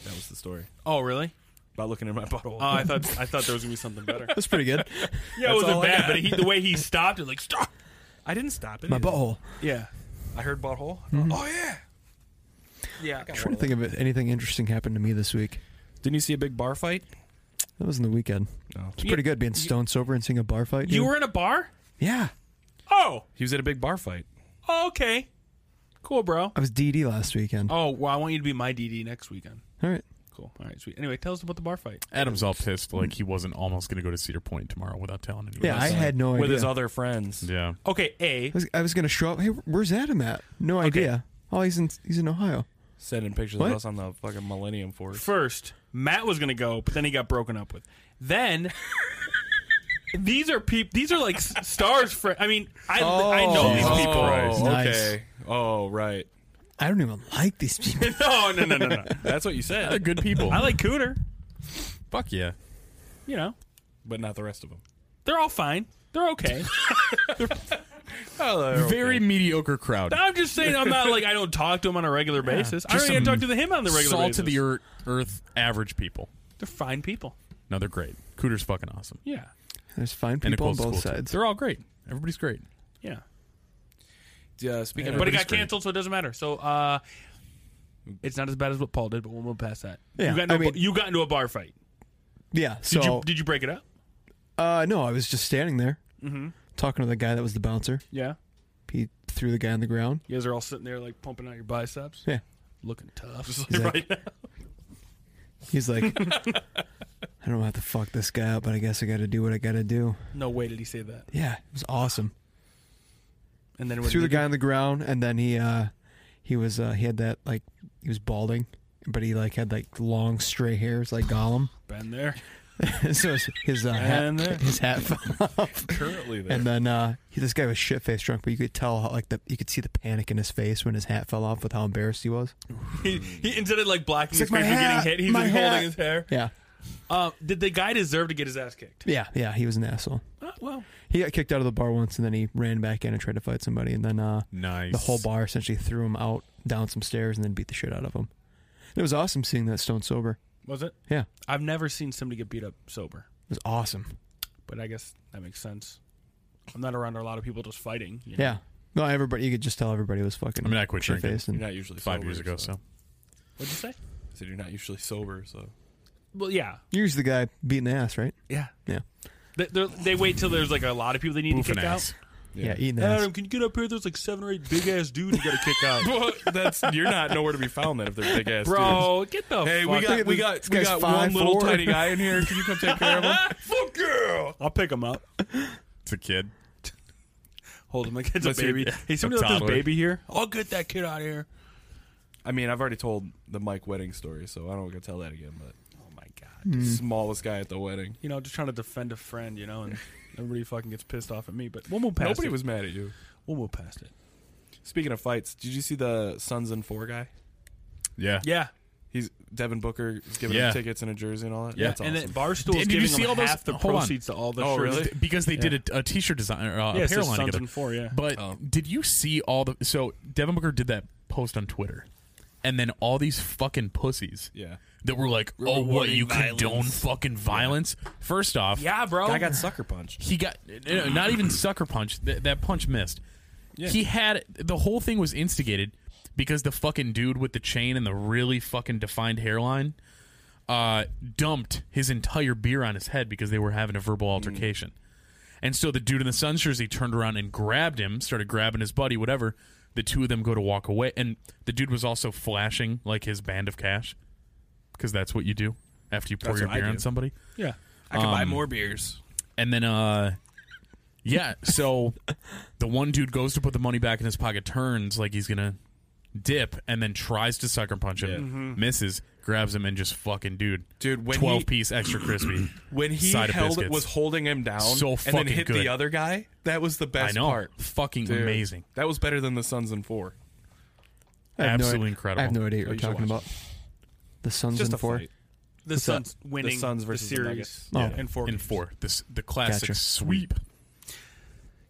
That was the story
Oh really?
about looking in my butthole.
Oh, I thought I thought there was gonna be something better.
That's pretty good.
yeah, it
wasn't
wasn't bad,
bad,
but he, the way he stopped it, like stop.
I didn't stop it.
My
either.
butthole.
Yeah,
I heard butthole.
Mm-hmm.
Oh yeah.
yeah.
I'm trying to think of it. Anything interesting happened to me this week?
Didn't you see a big bar fight?
That was in the weekend.
No.
It's pretty good being stone sober and seeing a bar fight.
You
dude.
were in a bar.
yeah.
Oh,
He was at a big bar fight.
oh, okay. Cool, bro.
I was DD last weekend.
Oh, well, I want you to be my DD next weekend.
All right.
Cool. All right, sweet. Anyway, tell us about the bar fight.
Adam's all pissed, like he wasn't almost going to go to Cedar Point tomorrow without telling anyone.
Yeah, I had no idea.
with his other friends.
Yeah,
Okay, A.
I was, I was gonna show up. Hey, where's Adam at? No idea. Oh, he's in he's in Ohio.
Sending pictures
What?
of us on the fucking Millennium Force.
First, Matt was going to go, but then he got broken up with. Then. These are peop These are like s- stars. Fr- I mean, I I know these
Jesus
people.
Christ.
okay. Oh, right.
I don't even like these people.
No, no, no, no, no.
That's what you
they're
said,
good people.
I like Cooter.
Fuck yeah.
You know,
but not the rest of them.
they're all fine. They're okay.
Very mediocre crowd.
I'm just saying, I'm not like I don't talk to him on a regular basis. I
Just
don't even
some
talk to the him on the regular
Salt
basis.
to the earth, earth average people.
They're fine people.
No, they're great. Cooter's fucking awesome.
Yeah,
There's fine
And
people on
Nicole's
both
cool, too.
sides.
They're all great. Everybody's great.
yeah.
Yeah, speaking
but it
of
got
great.
canceled, so it doesn't matter. So uh, it's not as bad as what Paul did, but we'll move past that.
Yeah,
you got into,
I
a-
mean-
you got into a bar fight.
Yeah.
Did you
So
did you break it up?
uh, no, I was just standing there talking to the guy that was the bouncer.
Yeah.
He threw the guy on the ground.
You guys are all sitting there like pumping out your biceps.
Yeah.
Looking tough.
He's like,
right now.
he's like I don't have to fuck this guy up, but I guess I got to do what I got to do.
No way did he say that.
Yeah, it was awesome.
And then what
threw the
did he
guy on the ground, and then he uh, he was uh, he had that like he was balding, but he like had like long stray hairs like Gollum.
do? bend there.
so his, his uh,
And there.
hat his hat fell off,
currently there.
and then uh, he, this guy was shit faced drunk, but you could tell how, like the you could see the panic in his face when his hat fell off with how embarrassed he was.
He, he instead of like blocking his
It's like,
face
"My
from
hat,
getting hit, he's
my
like
hat."
holding his hair.
Yeah,
Uh, did the guy deserve to get his ass kicked?
yeah, yeah. He was an asshole.
Uh, well,
He got kicked out of the bar once, and then he ran back in and tried to fight somebody, and then uh,
Nice.
the whole bar essentially threw him out down some stairs and then beat the shit out of him. It was awesome seeing that stone sober.
was it?
Yeah, it
I've never seen somebody get beat up sober,
was awesome.
but I guess that makes sense. I'm not around a lot of people just fighting. you know?
Yeah. No, everybody. You could just tell everybody was fucking.
I mean, I quit drinking.
shit-faced
You're
And,
not usually
Five
sober,
years ago, so.
What'd you say?
I said you're not usually sober, so
Well, yeah,
you're the guy beating the ass, right?
yeah.
Yeah.
They, they're- they wait till there's like a lot of people they need to
Boofing
kick
ass.
Yeah, eating the
out.
ass.
Adam, can you get up here? There's like seven or eight big ass dudes you gotta kick out.
Well, that's you're not nowhere to be found then if they're big ass.
Bro, get the
dudes. hey,
fuck.
we got we
this
got we
guy's
got
five,
one little
four.
tiny guy in here. Can you come take care of him?
fuck girl. I'll pick him up.
It's a kid.
Hold him like it's a
Let's see,
baby.
yeah.
Hey, somebody
A
left this
toddler.
baby here. I'll get that kid out of here.
I mean, I've already told the Mike wedding story, so I don't gonna tell that again. But
Oh my god.
smallest guy at the wedding.
You know, just trying to defend a friend. You know, and everybody fucking gets pissed off at me. But we'll move past
Nobody
it.
was mad at you.
we'll move past it.
Speaking of fights, did you see the Suns and Four guy?
Yeah.
Yeah.
He's Devin Booker is giving
Yeah.
him tickets and a jersey and all that.
Yeah.
that's awesome.
And then Barstool
Did-
is
did you
giving
see
them
all those-
half the
hold on.
proceeds to all the
Oh,
shirts.
really?
Because they did a, a t-shirt design, or, uh,
Yeah,
a
it's
apparel
just
line
Suns
together.
and four, yeah.
But
Oh.
did you see all the? So Devin Booker did that post on Twitter, and then all these fucking pussies
yeah,
that were like, "Oh, what you condone fucking violence?" First off,
Yeah, bro.
guy got sucker punched.
he got uh, not even sucker punch. That, that punch missed. He had the whole thing was instigated because the fucking dude with the chain and the really fucking defined hairline uh, dumped his entire beer on his head because they were having a
Mm.
verbal altercation. And so the dude in the Suns jersey turned around and grabbed him, started grabbing his buddy, whatever. The two of them go to walk away, and the dude was also flashing like his band of cash because that's what you do after you pour
That's
your
what I
beer on
do.
somebody.
yeah.
I could buy more beers.
And then uh yeah, so the one dude goes to put the money back in his pocket, turns like he's gonna dip, and then tries to sucker punch him,
Yeah.
misses, grabs him, and just fucking dude.
Mm-hmm. Dude, when
twelve
he-
piece extra crispy.
When he
Side of
held
biscuits.
was holding him down
So
and then
fucking
hit
good.
the other guy. That was the
I
best
know.
part.
Fucking
Dude,
amazing.
That was better than the Suns and Four.
I have
Absolutely
no, idea-
incredible.
I have no idea what
Oh,
you're
you should
talking about.
watch
The Suns
Just
and
a
four.
fight.
The Suns winning the,
Suns versus the
series
Nuggets.
Oh.
in four.
In
games.
four. This the classic
Gotcha.
sweep.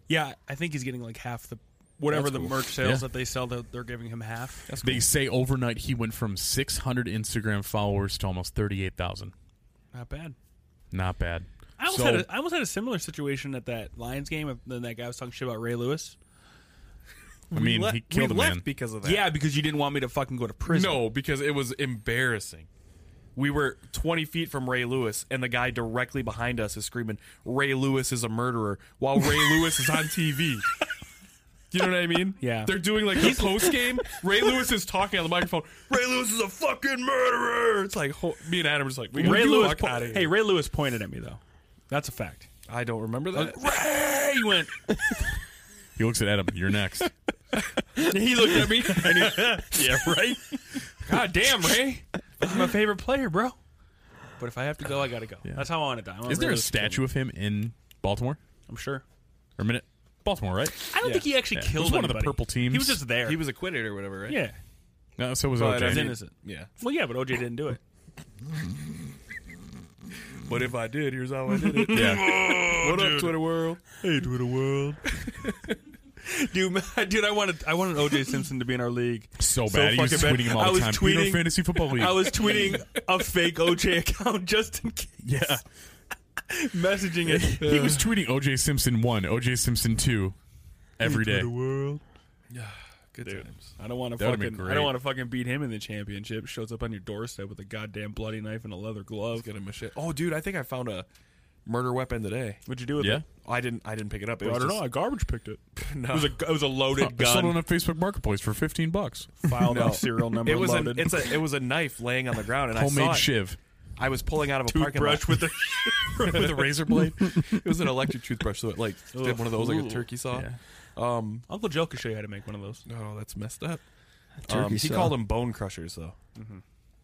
Yeah, I think he's getting like half the whatever
That's
the
cool.
merch sales
Yeah.
that they sell. They're, they're giving him half.
They say overnight he went from six hundred Instagram followers to almost thirty eight thousand.
Not bad.
Not bad.
I almost,
So-
had a, I almost had a similar situation at that Lions game. and Then that guy was talking shit about Ray Lewis.
I mean, he killed a
we left
man.
because of Oh, that.
Yeah, because you didn't want me to fucking go to prison.
No, because it was embarrassing. We were 20 feet from Ray Lewis, and the guy directly behind us is screaming, Ray Lewis is a murderer, while Ray Lewis is on TV.
You know what I mean?
Yeah.
They're doing like the post game. Ray Lewis is talking on the microphone. Ray Lewis is a fucking murderer. It's like ho- me and Adam are just like we gotta
Ray
get the
Lewis.
fuck
po-
outta here.
hey, Ray Lewis pointed at me though. That's a fact.
I don't remember that.
Uh, Ray he went.
He looks at Adam. You're next.
He looked at me. And he, yeah, right. God damn, Ray. He's my favorite player, bro. But if I have to go, I gotta go. That's how I want to die. I want
Is there
Ray
a
Lewis to
statue of him in Baltimore?
kill me. I'm sure.
Or minute Baltimore, right?
I don't think he actually
Yeah. It
killed
was one of the
anybody.
purple teams.
He was just there.
He was acquitted or whatever, right?
yeah.
No, Uh, so was
But
OJ.
I
He's
mean-
innocent.
Yeah.
Well, yeah, but OJ didn't do it.
But if I did, here's how I did it.
yeah.
what up, Twitter world?
Hey, Twitter world. dude, man- dude, I wanted I wanted OJ Simpson to be in our league.
So bad. he was
fucking bad.
tweeting him
I
all the
was
time. You know
tweeting-
fantasy football league.
I was tweeting a fake OJ account just in case,
yeah.
messaging it.
He was tweeting OJ Simpson one, OJ Simpson two, every day.
Good times.
I don't want to
That'd be
fucking. I
great.
don't want to fucking beat him in the championship. Shows up on your doorstep with a goddamn bloody knife and a leather glove.
Get him a shit. Oh, dude, I think I found a murder weapon today.
What'd you do with
Yeah.
it?
I didn't. I didn't pick it up.
I
It was
don't
just-
know. I garbage picked it.
No.
It was a it was a
Uh, I
loaded
sold it on
gun.
a Facebook Marketplace for fifteen bucks.
File
No.
no serial number.
It was a,
loaded.
it's a it was a knife laying on the ground and I saw
Homemade
it.
shiv
I was pulling out of a parking
toothbrush
lot
with a
with a razor blade.
it was an electric toothbrush so it like did one of those like a turkey saw.
Yeah.
Um
Uncle Joe could show you how to make one of those.
oh that's messed up.
Turkey
Um, he
saw.
called them bone crushers though.
Mm-hmm.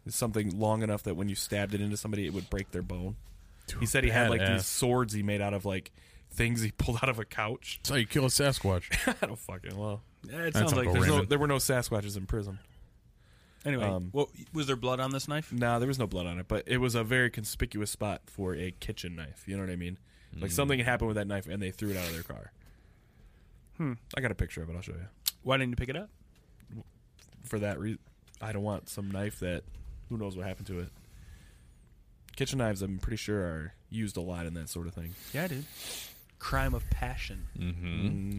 It's something long enough that when you stabbed it into somebody it would break their bone. He said he had like
Badass.
these swords he made out of like things he pulled out of a couch.
That's how you kill a Sasquatch.
I don't fucking well.
Yeah, it
That's
sounds like
Uncle
there's
There's no,
Raymond.
there were no Sasquatches in prison.
Anyway,
Um,
what, was there blood on this knife?
No, there was no blood on it, but it was a very conspicuous spot for a kitchen knife. You know what I mean? Like something had happened with that knife, and they threw it out of their car. Hmm. I got a picture of it. I'll show you.
Why didn't you pick it up?
For that reason, I don't want some knife that who knows what happened to it. Kitchen knives, I'm pretty sure, are used a lot in that sort of thing.
Yeah, dude. Mm. Crime of passion.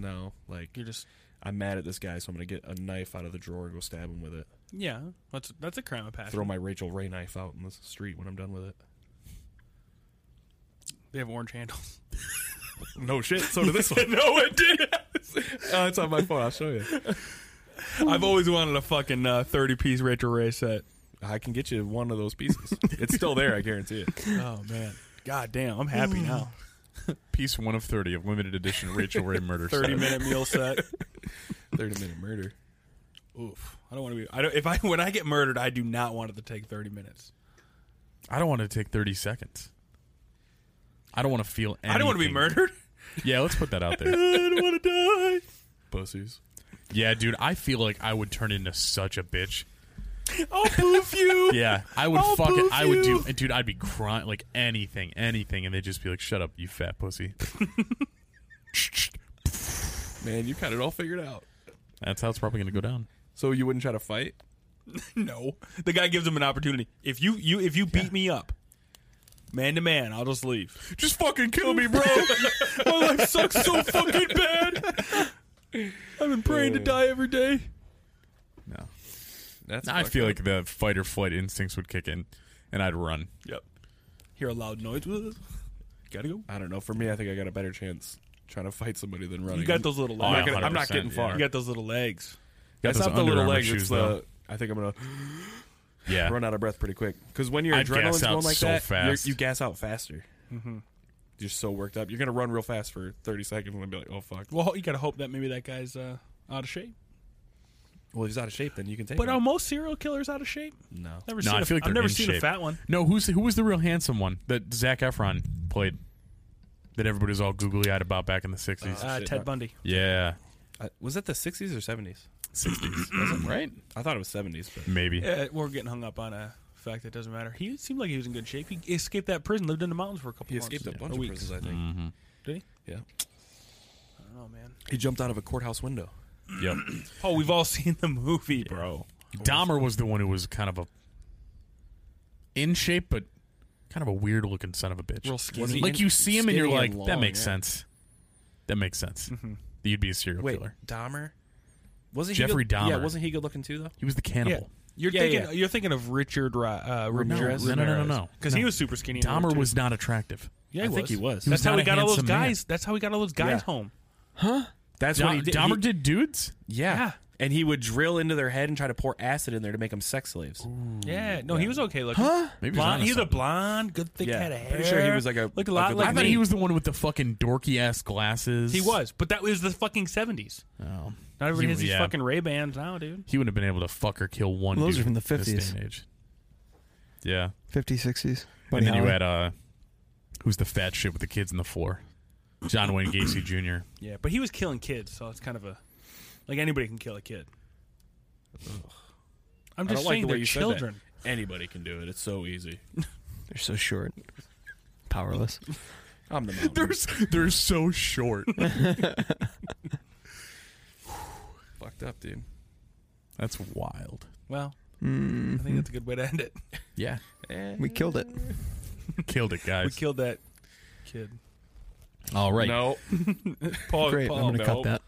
No, like
You're just
I'm mad at this guy, so I'm gonna get a knife out of the drawer and go stab him with it.
yeah. That's that's a crime of passion.
Throw my Rachel Ray knife out in the street when I'm done with it.
they have orange handles.
No shit. So did this one. no, it did. uh, it's on my phone. I'll show you.
I've always wanted a fucking uh, thirty piece Rachel Ray set.
I can get you one of those pieces. it's still there, I guarantee it.
Oh man. God damn, I'm happy now.
Piece one of thirty of limited edition Rachel Ray murder.
Thirty
set.
minute meal set.
Thirty minute murder.
Oof. I don't want to be. I don't. If I when I get murdered, I do not want it to take thirty minutes.
I don't want to take thirty seconds. I don't want to feel. Anything.
I don't want to be murdered.
Yeah, let's put that out there.
I don't want to
Pussies.
yeah, dude, I feel like I would turn into such a bitch.
die. I'll poof you.
Yeah, I would
I'll
fuck it.
poof
I would do,
you.
dude. I'd be crying like anything, anything, and they'd just be like, "Shut up, you fat pussy."
Man, you got it all figured out.
That's how it's probably gonna go down.
So you wouldn't try to fight?
No, the guy gives him an opportunity. If you you if you beat me up, man to man, I'll just leave.
Just fucking kill me, bro.
My life sucks so fucking bad. I've been praying to die every day.
no,
That's
I
fucked
feel
up.
like the fight or flight instincts would kick in, and I'd run.
Yep. Hear a loud noise. Gotta go.
I don't know. For me, I think I got a better chance trying to fight somebody than running.
You got those little
Oh,
I'm
yeah,
not,
legs.
gonna, I'm not
100%,
getting
yeah.
far.
You got those little legs.
Got
it's
those
not the
Under
little
Armour
legs.
shoes,
it's
though.
the. I think I'm gonna
Yeah,
run out of breath pretty quick. Because when your
I'd gas
adrenaline's
out
going like
so
that, you're-
fast.
you gas out faster.
Mm-hmm.
You're so worked up. You're gonna run real fast for 30 seconds and then be like, "Oh fuck."
Well, you gotta hope that maybe that guy's uh, out of shape.
Well, if he's out of shape, then you can take.
But
him.
are most serial killers out of shape?
no.
Never
No,
seen.
I feel
a,
like they're
I've never
in
seen a
shape.
fat one.
No, who's who was the real handsome one that Zach Efron played? That everybody was all googly eyed about back in the sixties.
Uh,
shit,
Ted
no.
Bundy.
yeah,
Uh, was that the 60s or 70s?
sixties, right?
I thought it was 70s, but
Maybe.
Yeah, we're getting hung up on a fact that doesn't matter. He seemed like he was in good shape. He escaped that prison, lived in the mountains for a couple.
he
months.
escaped a Mm-hmm.
Yeah.
bunch
Or
of
weeks.
prisons, I think.
Did he?
Yeah.
Oh man.
He jumped out of a courthouse window.
Yep.
Oh, we've all seen the movie, bro.
Dahmer was the one who was kind of a in shape, but kind of a weird looking son of a bitch.
Real skinny.
Like you see him and you're
Skinny
like,
and
that
long,
makes
yeah. Mm-hmm.
sense. That makes sense. You'd be a serial
Wait,
killer.
Dahmer? Wasn't
Jeffrey
he good, Yeah,
Dahmer.
wasn't he good looking too, though?
He was the cannibal.
You're
Yeah,
thinking
yeah.
you're thinking of Richard Ra- uh, Ramirez.
No, no, no, no, no.
Because he
No.
was super skinny. in that
Dahmer
too.
was not attractive.
Yeah,
I think he was. He
That's
was
how
not
we
a
got all those
handsome man.
guys. That's how we got all those guys
Yeah.
home.
That's
Do-
what he did.
Dahmer
He-
did dudes.
yeah.
Yeah.
And he would drill into their head and try to pour acid in there to make them sex slaves.
Mm. Yeah, no, he was okay looking.
Maybe he's
blonde,
onto
he was a
something.
blonde, good thick
Yeah,
head of hair.
pretty sure he was like a-
looked a
a
lot
good-
like
I thought
me.
he was the one with the fucking dorky ass glasses.
He was, but that was the fucking seventies.
Oh.
Not everybody
He-
has these
yeah.
fucking Ray Bans now, dude.
He wouldn't have been able to fuck or kill one.
Those
dude
are from the
in this day
50s.
and age. Yeah,
50s, 60s.
and then you had uh, who's the fat shit with the kids in the floor? John Wayne Gacy Jr.
Yeah, but he was killing kids, so it's kind of a like anybody can kill a kid. I'm
I
just
don't like
saying
the way
they're
you
children.
said that. Anybody can do it. It's so easy.
They're so short. Powerless.
I'm the mountain.
There's, they're so short.
fucked up, dude.
That's wild.
Well, I think that's a good way to end it.
Yeah,
We killed it.
killed it,
We
guys.
killed that kid.
All right.
No.
Paul,
Great.
Paul,
I'm going to
no.
cut that.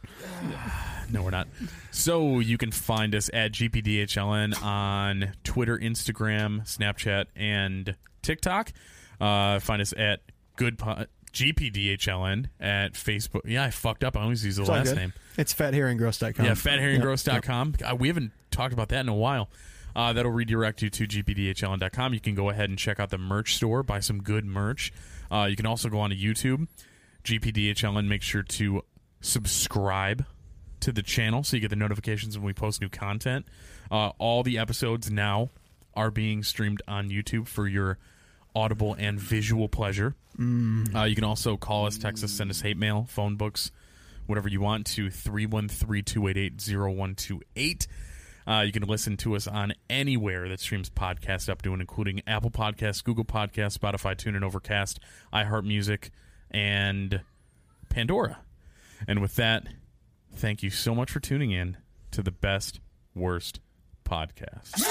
No, we're not. So you can find us at GPDHLN on Twitter, Instagram, Snapchat, and TikTok. Uh, find us at Good po- GPDHLN at Facebook. Yeah, I fucked up. I always use the
all
last
good.
name.
It's fathairinggross.com.
Yeah, fathairinggross.com. Uh, we haven't talked about that in a while. Uh, that'll redirect you to gpdhln.com. You can go ahead and check out the merch store, buy some good merch. Uh, you can also go on to YouTube, GPDHLN. Make sure to subscribe to the channel so you get the notifications when we post new content. Uh, all the episodes now are being streamed on YouTube for your audible and visual pleasure. Uh, you can also call us, text us, send us hate mail, phone books, whatever you want to 313 288 0128. Uh, You can listen to us on anywhere that streams podcasts up to and including Apple Podcasts, Google Podcasts, Spotify, TuneIn, Overcast, iHeartMusic, and Pandora. And with that, thank you so much for tuning in to the best, worst podcast.